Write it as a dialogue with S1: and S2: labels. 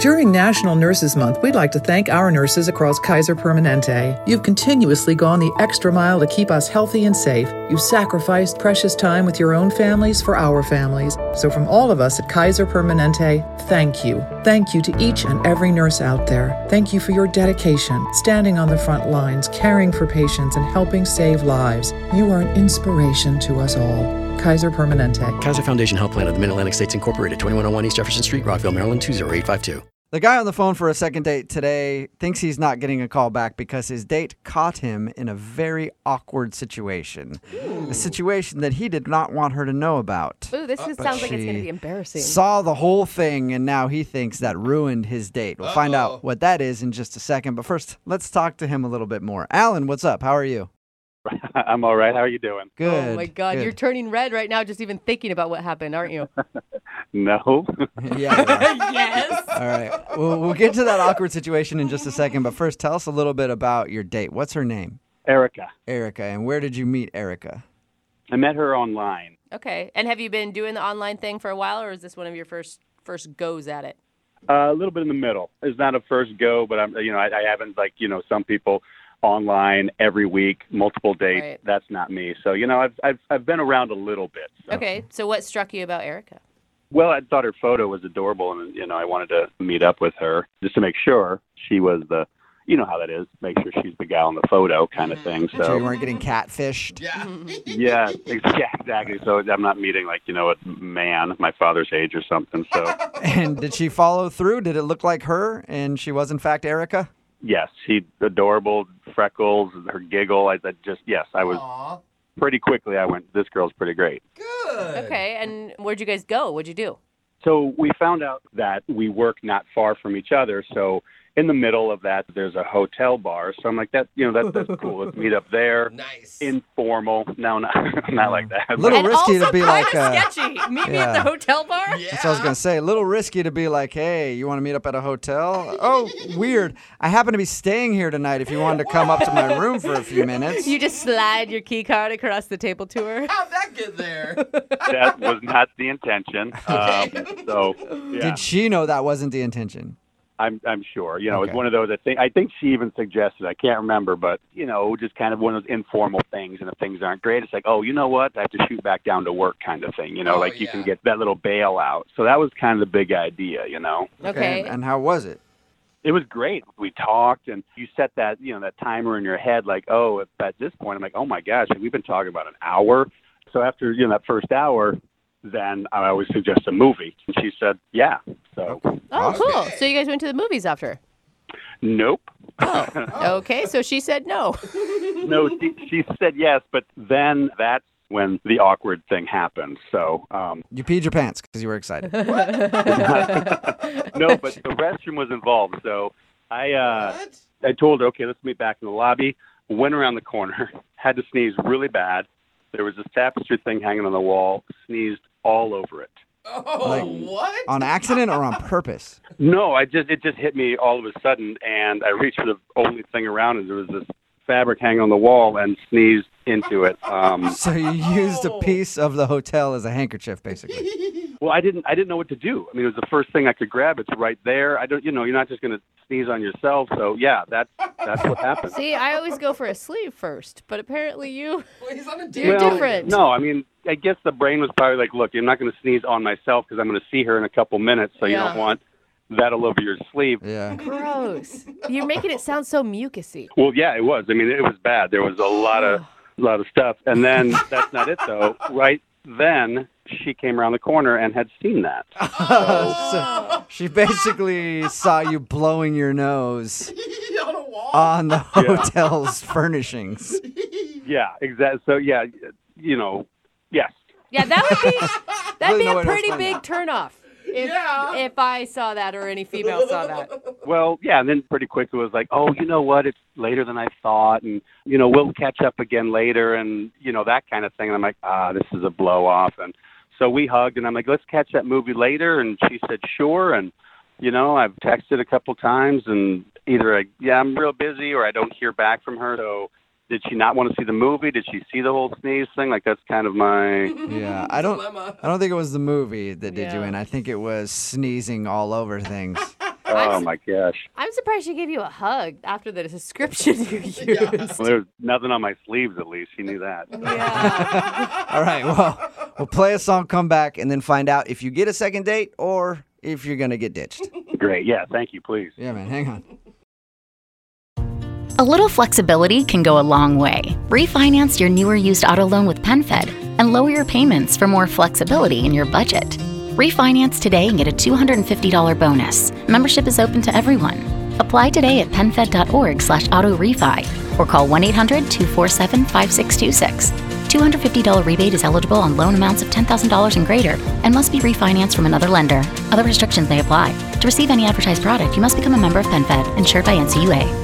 S1: During National Nurses Month, we'd like to thank our nurses across Kaiser Permanente. You've continuously gone the extra mile to keep us healthy and safe. You've sacrificed precious time with your own families for our families. So, from all of us at Kaiser Permanente, thank you. Thank you to each and every nurse out there. Thank you for your dedication, standing on the front lines, caring for patients, and helping save lives. You are an inspiration to us all. Kaiser Permanente.
S2: Kaiser Foundation Health Plan of the Mid Atlantic States Incorporated, 2101 East Jefferson Street, Rockville, Maryland, 20852.
S3: The guy on the phone for a second date today thinks he's not getting a call back because his date caught him in a very awkward situation. A situation that he did not want her to know about.
S4: Ooh, this is,
S3: Uh, But
S4: sounds like it's going to
S3: she
S4: be embarrassing.
S3: Saw the whole thing and now he thinks that ruined his date. We'll find out what that is in just a second. But first, let's talk to him a little bit more. Alan, what's up? How are you?
S5: I'm all right. How are you doing?
S3: Good.
S4: oh my God, you're
S3: good.
S4: turning red right now just even thinking about what happened, aren't you?
S5: No.
S3: yeah. you are.
S4: yes.
S3: All right. We'll, we'll get to that awkward situation in just a second. But first, tell us a little bit about your date. What's her name?
S5: Erica.
S3: Erica. And where did you meet Erica?
S5: I met her online.
S4: Okay. And have you been doing the online thing for a while, or is this one of your first first goes at it?
S5: Uh, a little bit in the middle. It's not a first go, but I'm, you know, I, I haven't like, you know, some people online every week, multiple dates.
S4: Right.
S5: That's not me. So, you know, I've, I've, I've been around a little bit. So.
S4: Okay. So what struck you about Erica?
S5: Well, I thought her photo was adorable and, you know, I wanted to meet up with her just to make sure she was the, you know how that is, make sure she's the gal in the photo kind
S4: Mm-hmm.
S5: of thing.
S3: Make sure you
S5: So,
S3: weren't getting catfished. Yeah.
S5: yeah, yeah, exactly. So I'm not meeting like, you know, a man my father's age or something. So.
S3: And did she follow through? Did it look like her and she was in fact Erica?
S5: Yes, she adorable freckles, her giggle. I, I just yes, I was pretty quickly. I went. This girl's pretty great.
S4: Okay. And where'd you guys go? What'd you do?
S5: So we found out that we work not far from each other. So in the middle of that, there's a hotel bar. So I'm like, that you know, that, that's cool. Let's meet up there. Nice, informal. No, not not like that.
S3: Little
S4: and
S3: risky
S4: also
S3: to be
S4: kinda
S3: like, uh,
S4: sketchy. Meet me at
S3: yeah.
S4: the hotel bar.
S3: That's what I was gonna say. A little risky to be like, hey, you want to meet up at a hotel? Oh, weird. I happen to be staying here tonight. If you wanted to come up to my room for a few minutes,
S4: You just slide your key card across the table to her.
S5: that was not the intention. Um, so yeah.
S3: did she know that wasn't the intention?
S5: I'm I'm sure. You know,
S3: Okay.
S5: it's one of those. I think I think she even suggested. I can't remember, but you know, just kind of one of those informal things. And if things aren't great, it's like, oh, you know what? I have to shoot back down to work, kind of thing. You know, like you can get that little bailout. So that was kind of the big idea. You know,
S4: Okay.
S3: And, and how was it?
S5: it was great. We talked, and you set that you know that timer in your head, like, oh, if at this point, I'm like, oh my gosh, we've been talking about an hour. So after you know that first hour, then I always suggest a movie. And she said, yeah. So
S4: oh, cool. So you guys went to the movies after.
S5: nope.
S3: Oh.
S4: Okay. So she said no.
S5: no, she, she said yes, but then that's when the awkward thing happened. So, um,
S3: You peed your pants because you were excited.
S5: no, but the restroom was involved. So I, uh, I told her, okay, let's meet back in the lobby. Went around the corner, had to sneeze really bad. There was this tapestry thing hanging on the wall, sneezed all over it.
S3: like, Oh, what? On accident or on purpose?
S5: No, I just it just hit me all of a sudden, and I reached for the only thing around, and there was this fabric hanging on the wall, and sneezed into it. Um,
S3: So you used a piece of the hotel as a handkerchief, basically.
S5: Well, I didn't. I didn't know what to do. I mean, it was the first thing I could grab. It's right there. I don't. You know, you're not just going to sneeze on yourself. So yeah, that's that's what happened.
S4: See, I always go for a sleeve first, but apparently you. You're
S5: Well,
S4: different.
S5: No, I mean, I guess the brain was probably like, look, I'm not going to sneeze on myself because I'm going to see her in a couple minutes. So you
S4: Yeah.
S5: don't want that all over your sleeve.
S3: Yeah.
S4: Gross. You're making it sound so mucusy.
S5: Well, yeah, it was. I mean, it was bad. There was a lot of a lot of stuff. And then that's not it though. Right then, she came around the corner and had seen that.
S3: so she basically saw you blowing your nose on the hotel's furnishings.
S5: Yeah, exactly. So yeah, you know, yes.
S4: Yeah, that would be
S3: Really
S4: that'd be
S3: no
S4: a
S3: way to
S4: pretty
S3: explain
S4: big
S3: that.
S4: turnoff. If, yeah. if I saw that or any female saw that.
S5: Well, yeah, and then pretty quickly was like, oh, you know what? It's later than I thought, and you know we'll catch up again later, and you know that kind of thing. And I'm like, ah, this is a blow off, and so we hugged, and I'm like, let's catch that movie later, and she said sure, and you know I've texted a couple times, and either I, yeah I'm real busy, or I don't hear back from her. So did she not want to see the movie? Did she see the whole sneeze thing? Like that's kind of my
S3: Yeah, I don't. I don't think it was the movie that did you
S4: Yeah.
S3: in. I think it was sneezing all over things.
S5: Oh
S4: I'm,
S5: my gosh.
S4: I'm surprised she gave you a hug after the description you used.
S5: Well, there's nothing on my sleeves, at least. She knew that.
S3: All right, well, we'll play a song, come back, and then find out if you get a second date or if you're going to get ditched.
S5: Great. Yeah. Thank you. Please.
S3: Yeah, man, hang on.
S6: A little flexibility can go a long way. Refinance your newer used auto loan with PenFed and lower your payments for more flexibility in your budget. Refinance today and get a $250 bonus. Membership is open to everyone. Apply today at penfed.org slash auto refi or call 1-800-247-5626. $250 rebate is eligible on loan amounts of $10,000 and greater and must be refinanced from another lender. Other restrictions may apply. To receive any advertised product, you must become a member of PenFed, insured by NCUA.